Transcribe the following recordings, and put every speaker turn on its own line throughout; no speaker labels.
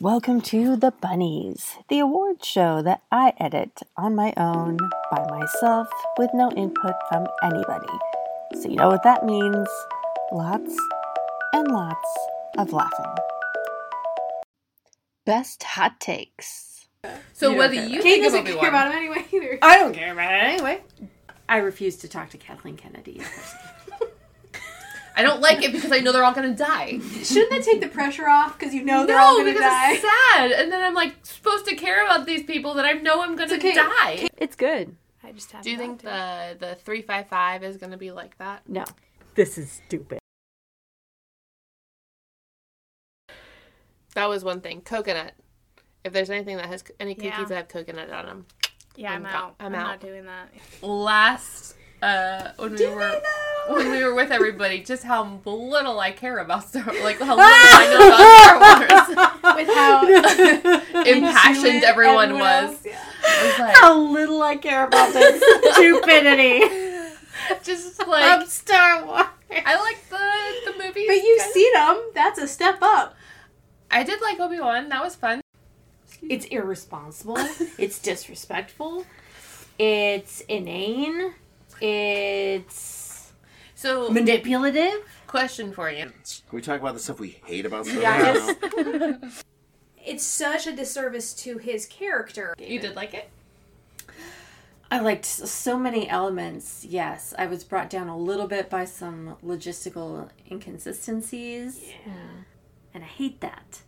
Welcome to The Bunnies, the award show that I edit on my own, by myself, with no input from anybody. So, you know what that means lots and lots of laughing. Best hot takes.
So
You
whether
don't care
you think about
about it. Kate doesn't
me
care
one,
about him anyway either.
I don't care about it anyway.
I refuse to talk to Kathleen Kennedy. in person.
I don't like it because I know they're all gonna die.
Shouldn't that take the pressure off? Because you know they're all gonna
because
die.
it's sad, and then I'm like supposed to care about these people that I know I'm gonna
okay.
die.
It's good. I just have.
Do you think the the three five five is gonna be like that?
No.
This is stupid.
That was one thing. Coconut. If there's anything that has any cookies
Yeah.
that have coconut on them.
Yeah, I'm,
I'm
out.
go- I'm
I'm,
out.
not doing that.
Last uh when we were when we were with everybody, just how little I care about Star like how little I know about Star Wars.
With how
Impassioned everyone was.
Yeah.
It was like,
How little I care about this stupidity.
just like
Star Wars.
I like the the movies.
But you've
kinda.
seen them. That's a step up.
I did like Obi Wan. That was fun.
It's irresponsible. It's disrespectful. It's inane. It's
So
manipulative.
question for you.
Can we talk about the stuff we hate about Star Wars?
Yes.
now?
It's such a disservice to his character.
You did like it?
I liked s- so many elements. Yes, I was brought down a little bit by some logistical inconsistencies. Yeah. And I hate that.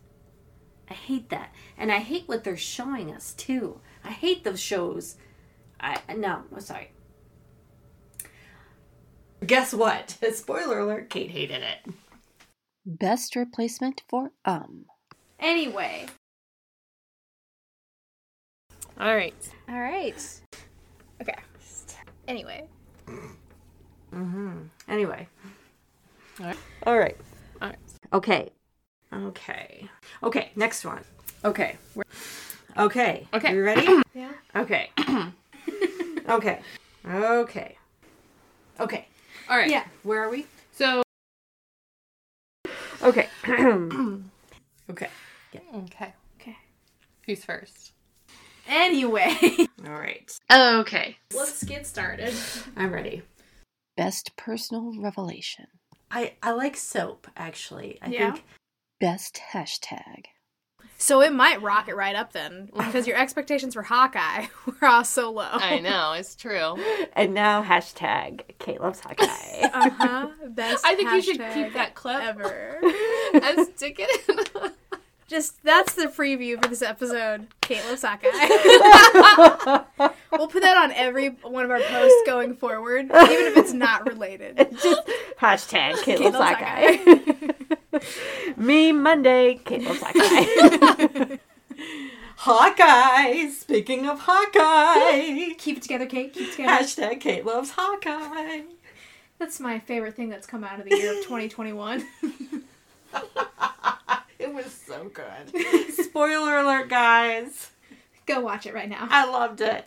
I hate that. And I hate what they're showing us too. I hate those shows. I no, I'm sorry. Guess what? Spoiler alert, Kate hated it.
Best replacement for um.
Anyway.
All right.
All right. Okay. Anyway.
Mm-hmm. Anyway.
All right.
All right.
All right.
Okay. Okay. Okay, next one. Okay. we're- Okay.
Okay.
You ready? yeah. Okay. okay. Okay. Okay.
All right.
Yeah. Where are we?
So
Okay. okay.
okay. Okay. Who's first?
Anyway.
All right.
Okay.
Let's get started.
I'm ready.
Best personal revelation.
I I like soap actually. I
Yeah?
think
Best hashtag.
So it might rocket right up then, because your expectations for Hawkeye were all so low.
I know it's true.
and now hashtag Kate loves Hawkeye.
Uh
Uh-huh.
huh. Best.
I think you should
hashtag
keep that clip
ever.
and stick it. In.
Just that's the preview for this episode. Kate loves Hawkeye. we'll put that on every one of our posts going forward, even if it's not related.
Just hashtag Kate
Kate
loves
loves
Hawkeye. Me Monday, Kate loves Hawkeye. Hawkeye. Speaking of Hawkeye,
Keep it together, Kate. Keep it together.
hashtag Kate loves Hawkeye.
That's my favorite thing that's come out of the year of 2021.
It was so good. Spoiler alert, guys.
Go watch it right now.
I loved it.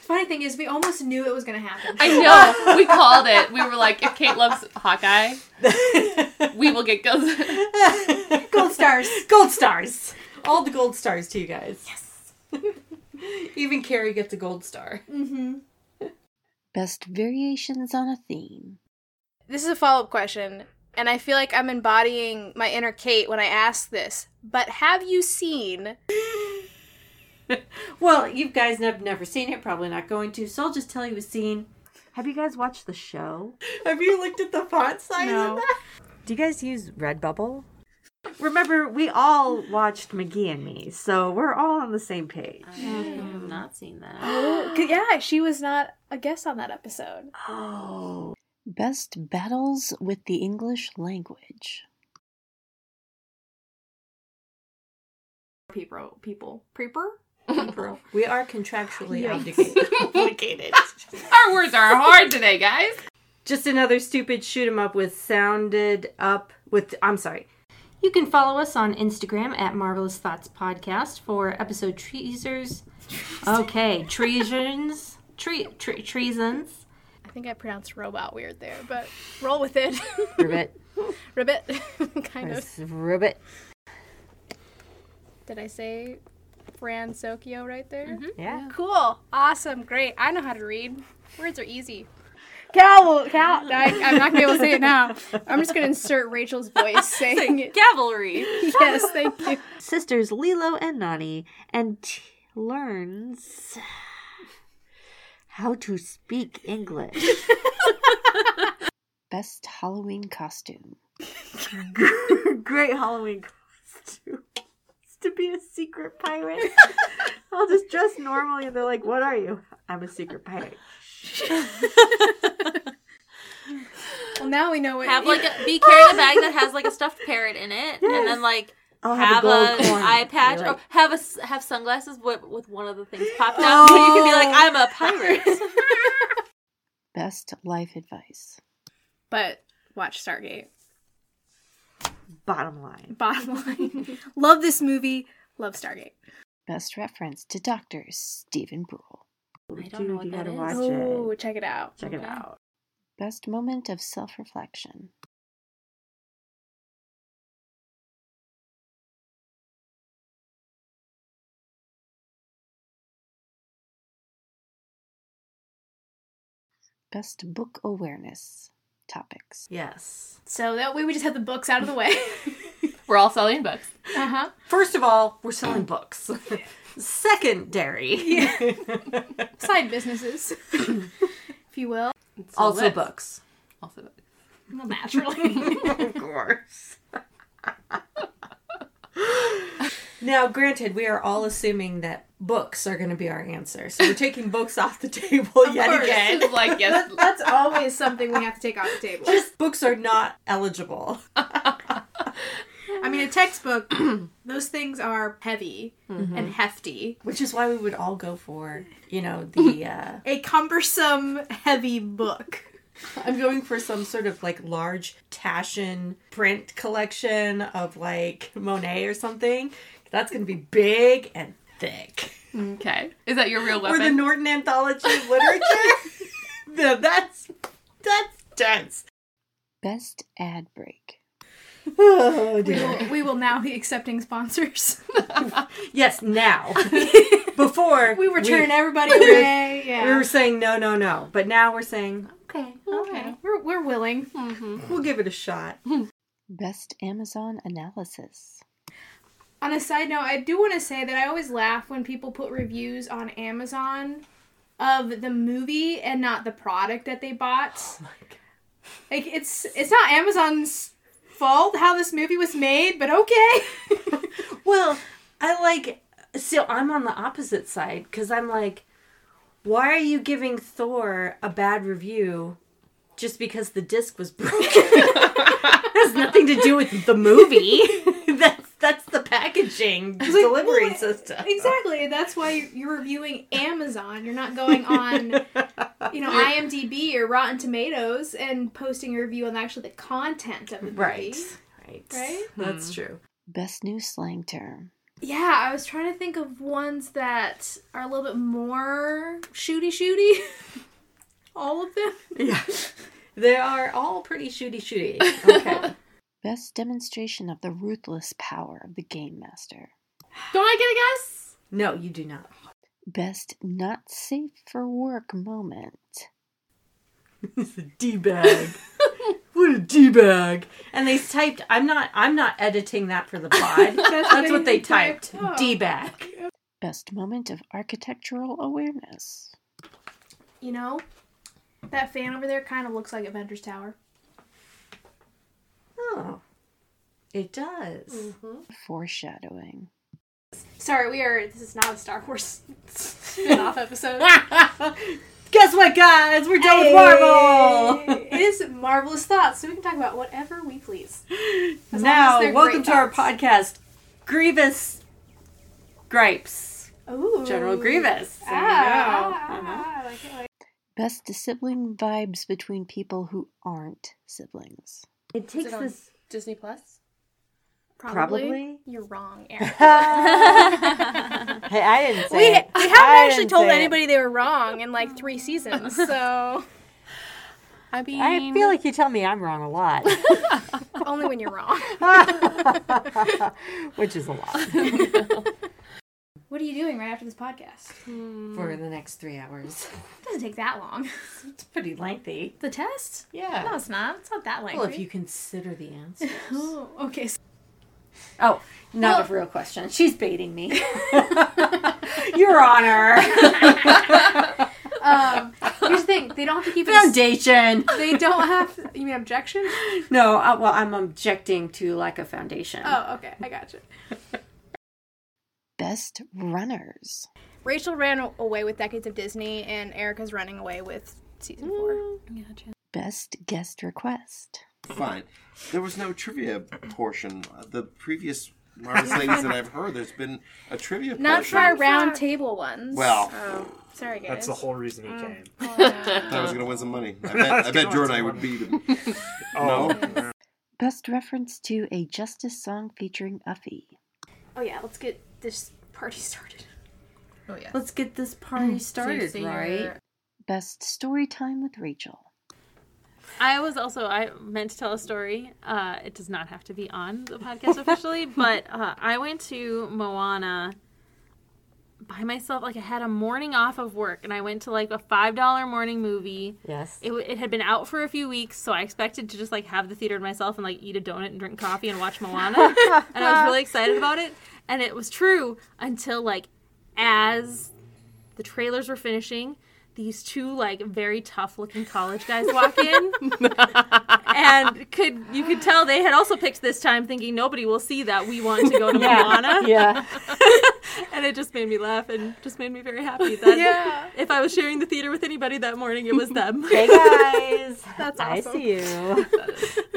Funny thing is, we almost knew it was gonna happen.
I know. We called it. We were like, if Kate loves Hawkeye, we will get goes.
gold stars. Gold stars. All the gold stars to you guys. Yes. Even Carrie gets a gold star.
Best variations on a theme.
This is a follow up question, and I feel like I'm embodying my inner Kate when I ask this. But have you seen?
Well, you guys have never seen it, probably not going to, so I'll just tell you a scene. Have you guys watched the show? Have you looked at the font size
No.
that? Do you guys use Redbubble? Remember, we all watched McGee and Me, so we're all on the same page. Mm.
I've not seen that.
yeah, she was not a guest on that episode.
Oh.
Best battles with the English language.
Oh,
People. People. Preeper?
We are contractually obligated.
Our words are hard today, guys.
Just another stupid shoot 'em up with sounded up with I'm sorry. You can follow us on Instagram at Marvelous Thoughts Podcast for episode treasers. Okay, treasons. Tre- tre- treasons.
I think I pronounced robot weird there, but roll with it.
Ribbit.
Ribbit, kind of.
Ribbit.
Did I say Fran Sokio right there?
Yeah.
Mm-hmm. Cool. Awesome. Great. I know how to read. Words are easy.
Cowl,
Cow. I, I'm not gonna be able to say it now. I'm just gonna insert Rachel's voice saying it.
Cavalry.
Yes, thank you.
Sisters Lilo and Nani and t- learns how to speak English.
Best Halloween costume.
Great Halloween costume. It's to be a secret pirate. I'll just dress normally and they're like, What are you? I'm a secret pirate.
Well, now we know what.
Have like a, be carrying a bag that has like a stuffed parrot in it, and then like
I'll
have,
gold
a,
coin.
eye patch
You're like,
or have a s- have sunglasses with, with one of the things popped out, so you can be like, I'm a pirate.
Best life advice.
but watch Stargate.
Oh.
Bottom line.
Bottom line, love this movie. Love Stargate.
Best reference to Dr. Stephen Brule.
I don't know what
you
that
gotta
is.
watch
Oh,
it.
check it out.
Check it out.
Best moment of self reflection. Best book awareness topics.
Yes.
So that way we just have the books out of the way.
We're all selling books.
uh huh.
First of all, we're selling books. Secondary.
Side businesses, if you will.
also
lit.
books.
Also,
Well, naturally.
of course. now, granted, we are all assuming that books are going to be our answer, so we're taking books off the table yet again.
It's like yes,
That's always something we have to take off the table.
Just books are not eligible.
I mean, a textbook, those things are heavy and hefty.
Which is why we would all go for, you know, the uh
A cumbersome, heavy book.
I'm going for some sort of like large Tashin print collection of like Monet or something. That's going to be big and thick.
okay. Is that your real
or the
weapon?
Norton Anthology of Literature. no, that's that's dense.
Best ad break.
Oh
We will, we will now be accepting sponsors.
Yes, now. Before
We were turning everybody
we-
away.
we,
Yeah.
were saying no, no, no, but now we're saying okay,
okay. We're, we're willing.
we'll give it a shot.
Best Amazon analysis.
On a side note, I do want to say that I always laugh when people put reviews on Amazon of the movie and not the product that they bought. Like it's it's not Amazon's fault how this movie was made, but okay.
Well, I like so I'm on the opposite side because I'm like, why are you giving Thor a bad review just because the disc was broken? it has nothing to do with the movie. that's that's the packaging delivery
well,
system.
Exactly. That's why you're- you're reviewing Amazon. You're not going on, you know, IMDb or Rotten Tomatoes and posting a review on actually the content of the movie.
Right. Right. Hmm.
Right?
That's true.
Best new slang term.
Yeah, I was trying to think of ones that are a little bit more shooty shooty. All of them.
Yeah. They are all pretty shooty shooty. Okay.
Best demonstration of the ruthless power of the Game Master.
Don't I get a guess?
no, you do not.
Best not safe for work moment.
It's a D bag. what a D bag. And they typed I'm not I'm not editing that for the pod. That's, what they typed. D bag.
Best moment of architectural awareness.
You know, that fan over there kind of looks like Avengers Tower.
Oh. It does.
Foreshadowing.
Sorry, we are. This is not a Star Wars spin-off episode.
Guess what guys? We're done with Marvel.
it is marvelous thoughts, so we can talk about whatever we please. As long as
now,
they're
welcome
great
to our
thoughts.
podcast Grievous Gripes.
Ooh.
General Grievous. There you
Ah,
go. Uh-huh.
ah, I like it, like-
Best sibling vibes between people who aren't siblings.
It takes
it on
this
Disney Plus.
Probably.
You're wrong, Aaron.
Hey, I didn't say
We, we
it.
haven't
I
actually
didn't
told
say it.
anybody they were wrong in like three seasons, so
I mean,
I feel like you tell me I'm wrong a lot.
Only when you're wrong.
Which is a lot.
What are you doing right after this podcast?
for the next three hours.
doesn't take that long.
It's pretty lengthy.
The test?
Yeah.
No, it's not. It's not that lengthy.
Well, if you consider the answer.
Oh, okay. So
Oh, not a real question. She's baiting me. Your Honor.
um, here's the thing: they don't have to keep it. a s-
Foundation.
They don't have. You mean objection?
No, uh, well, I'm objecting to like a foundation.
Oh, okay. I got you.
Best runners.
Rachel ran away with decades of Disney, and Erica's running away with season four.
Best guest request.
Fine. There was no trivia portion. Uh, The previous Marvelous Ladies that I've heard, there's been a trivia
Not for
portion.
our round table ones.
Well.
Oh, sorry guys. Oh,
That's the whole reason he came.
I was going to win some money. I bet, I bet Jordan and I would beat him.
Oh,
Best reference to a Justice song featuring Uffy.
Oh yeah, let's get this party started.
Oh yeah.
Let's get this party
So you
started,
see your-
right?
Best story time with Rachel.
I was also I meant to tell a story. Uh, it does not have to be on the podcast officially, but uh, I went to Moana by myself. Like I had a morning off of work, and I went to like a five dollar morning movie.
Yes.
It, w- it had been out for a few weeks, so I expected to just like have the theater to myself and like eat a donut and drink coffee and watch Moana. and I was really excited about it, and it was true until like as the trailers were finishing, these two like very tough looking college guys walk in, and could you could tell they had also picked this time thinking nobody will see that we want to go to Moana,
Yeah.
and it just made me laugh and just made me very happy that if I was sharing the theater with anybody that morning, it was them.
Hey guys. That's nice to you.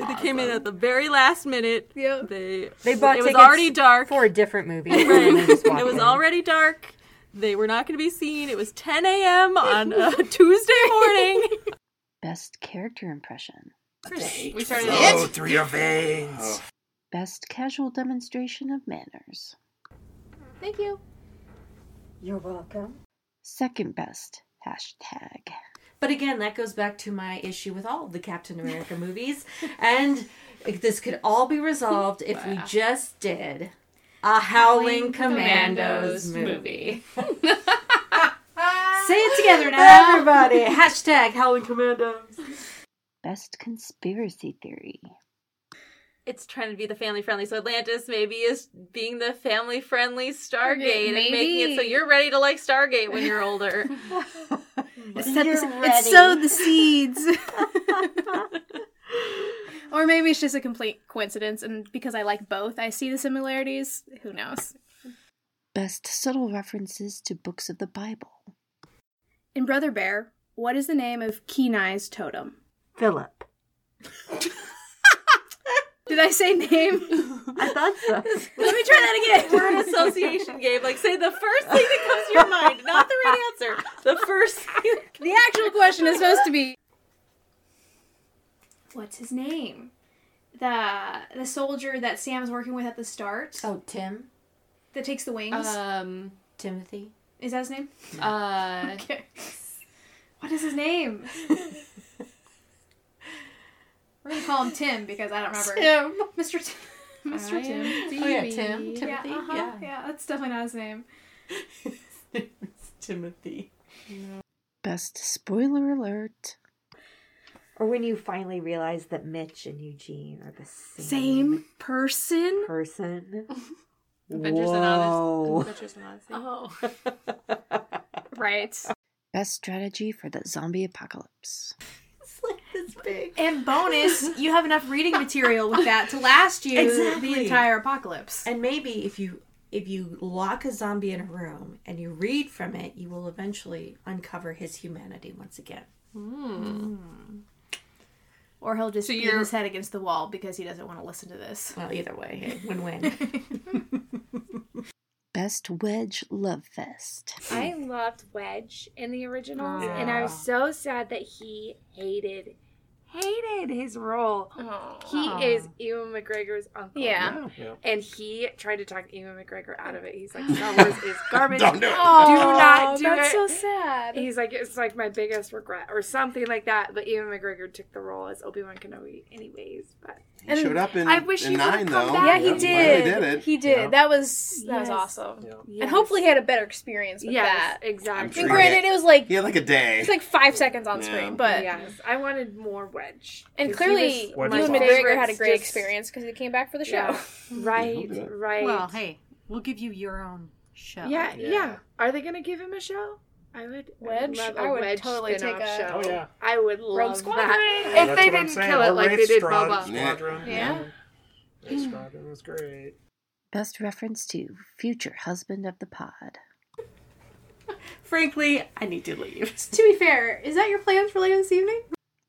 They came in at the very last minute.
Yep.
They
They bought
it was
tickets
already dark.
for a different movie. and they just walked
it was
in.
already dark. They were not going to be seen. It was 10 a.m. on a Tuesday morning.
Best character impression.
We started.
oh through your veins.
Best casual demonstration of manners.
Thank you.
You're welcome.
Second best. Hashtag.
But again, that goes back to my issue with all of the Captain America movies. And this could all be resolved if we just did a Howling Commandos, movie. Say it together now, everybody. Hashtag Howling Commandos.
Best conspiracy theory.
It's trying to be the family friendly. So Atlantis maybe is being the family friendly Stargate and making it so
Maybe.
you're ready to like Stargate when you're older.
It sowed the seeds. or maybe it's just a complete coincidence, and because I like both, I see the similarities. Who knows?
Best subtle references to books of the Bible.
In Brother Bear, what is the name of Kenai's totem?
Philip.
Did I say name?
I thought so.
Let me try that again.
Word association game. Like say the first thing that comes to your mind, not the right answer. The first thing.
The actual question is supposed to be What's his name? The the soldier that Sam's working with at the start
Oh, Tim?
that takes the wings.
Um.
Timothy?
is that his name?
Uh.
Okay. What is his name? We're gonna call him Tim because I don't remember. Mr. Tim. Mr. Tim.
Oh, yeah, Tim. Timothy?
yeah, uh-huh. yeah, that's definitely not his name.
yeah. Timothy.
Best spoiler alert.
Or when you finally realize that Mitch and Eugene are the same,
person.
person.
Adventures in
Whoa.
Odyssey. Adventures in Odyssey.
Oh.
Right.
Best strategy for the zombie apocalypse.
It's like this big.
And bonus, you have enough reading material with that to last you the
Exactly.
entire apocalypse.
And maybe if you if you lock a zombie in a room and you read from it, you will eventually uncover his humanity once again.
Or he'll just
So
beat
you're-
his head against the wall because he doesn't want to listen to this.
Well, either way, hey, win win.
Best wedge love fest.
I loved Wedge in the original, and I was so sad that he hated hated his role. He is Ewan McGregor's uncle.
Yeah.
Yeah, yeah.
And he tried to talk Ewan McGregor out of it. He's like, Star Wars is garbage. Oh.
Don't do it.
Oh,
not do
that's
it.
so sad.
He's like, it's like my biggest regret or something like that. But Ewan McGregor took the role as Obi Wan Kenobi, anyways. But
He showed up in,
I wish
in
he would've
nine,
come
though.
back.
yeah, he
Yep,
did.
finally did it.
He did.
Yeah.
That was that was awesome. And hopefully he had a better experience with
yes,
that.
exactly.
And
sure.
granted, it was like
He had like a day.
it's like five seconds on
Yeah.
screen, but
yes, I wanted more Wedge.
and
'Cause he
clearly
was
Ewan
Wedge is awesome.
McGregor had a
favorites,
great
just-
experience because he came back for the show.
Yeah. Right,
Yeah, he'll do it.
right.
Well, hey, we'll give you your own
Oh,
show.
yeah,
Yeah.
yeah, Are they gonna give him a show? I would
Wedge?
I would, love a
I would
wedge
totally take
spin-off
a-
show.
Oh, yeah.
I would love
Squadron!
that.
That's
if they
what I'm
didn't
saying.
kill it
Or
like
Wraith
they did
Strad-
Bubba.
Squadron.
Yeah.
Wraith Squadron was great.
Best reference to future husband of the pod.
Frankly, I need to leave.
To be fair, is that your plans for later this evening?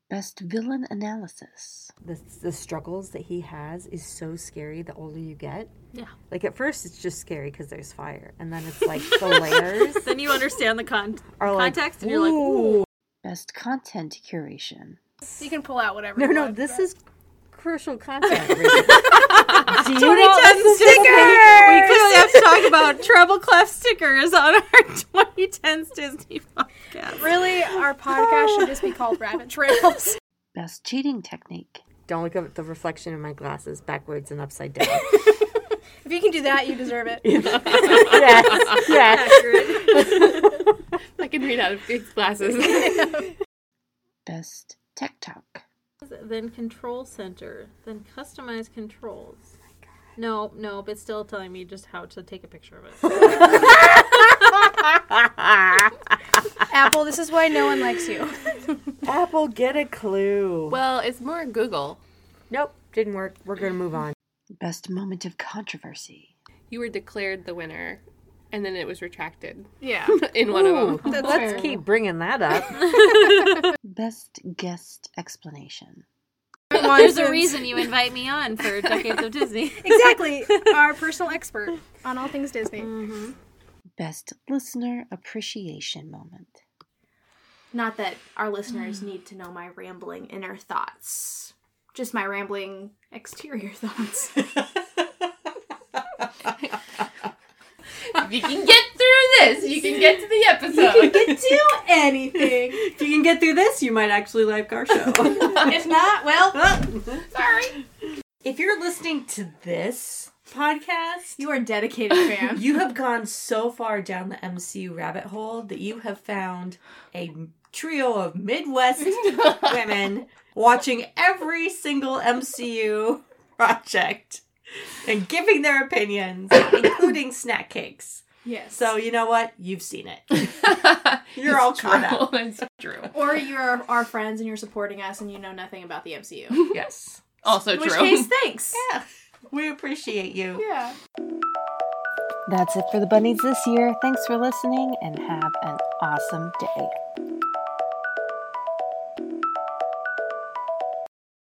Best villain analysis.
the, the struggles that he has is so scary the older you get.
Yeah.
Like at first it's just scary because there's fire, and then it's like the layers
Then you understand the con-
are like
context, and you're like, ooh.
Best content curation.
You can pull out whatever.
No,
you
no,
want.
this is crucial content. Rachel. Do you want this to
We clearly have to talk about treble clef stickers on our 2010s Disney podcast.
really our podcast should just be called Rabbit Trails.
Best cheating technique.
Don't look up at the reflection in my glasses backwards and upside down.
if you can do that, you deserve it.
yes, yes.
I can read out of Greek's glasses.
Best tech talk.
Then control center. Then customize controls. No, no, but still telling me just how to take a picture of it.
Apple, this is why no one likes you.
Apple, get a clue.
well, it's more Google.
Nope, didn't work. We're gonna move on.
Best moment of controversy.
You were declared the winner, and then it was retracted
Yeah.
in one of them.
Let's keep bringing that up.
Best guest explanation.
There's a reason you invite me on for Decades of Disney.
exactly. Our personal expert on all things Disney.
Best listener appreciation moment.
Not that our listeners
Mm.
need to know my rambling inner thoughts, just my rambling exterior thoughts.
If you can get through this, you can get to the episode.
Do anything.
If you can get through this, you might actually like our show.
if not, well,
if you're listening to this podcast,
you are a dedicated fan.
you have gone so far down the MCU rabbit hole that you have found a trio of Midwest women watching every single MCU project and giving their opinions, including snack cakes.
Yes.
So you know what? You've seen it. You're all caught up.
It's true.
or you're our friends and you're supporting us and you know nothing about the MCU.
Yes.
Also
In which
true.
case, thanks.
Yeah. We appreciate you.
Yeah.
That's it for the bunnies this year. Thanks for listening and have an awesome day.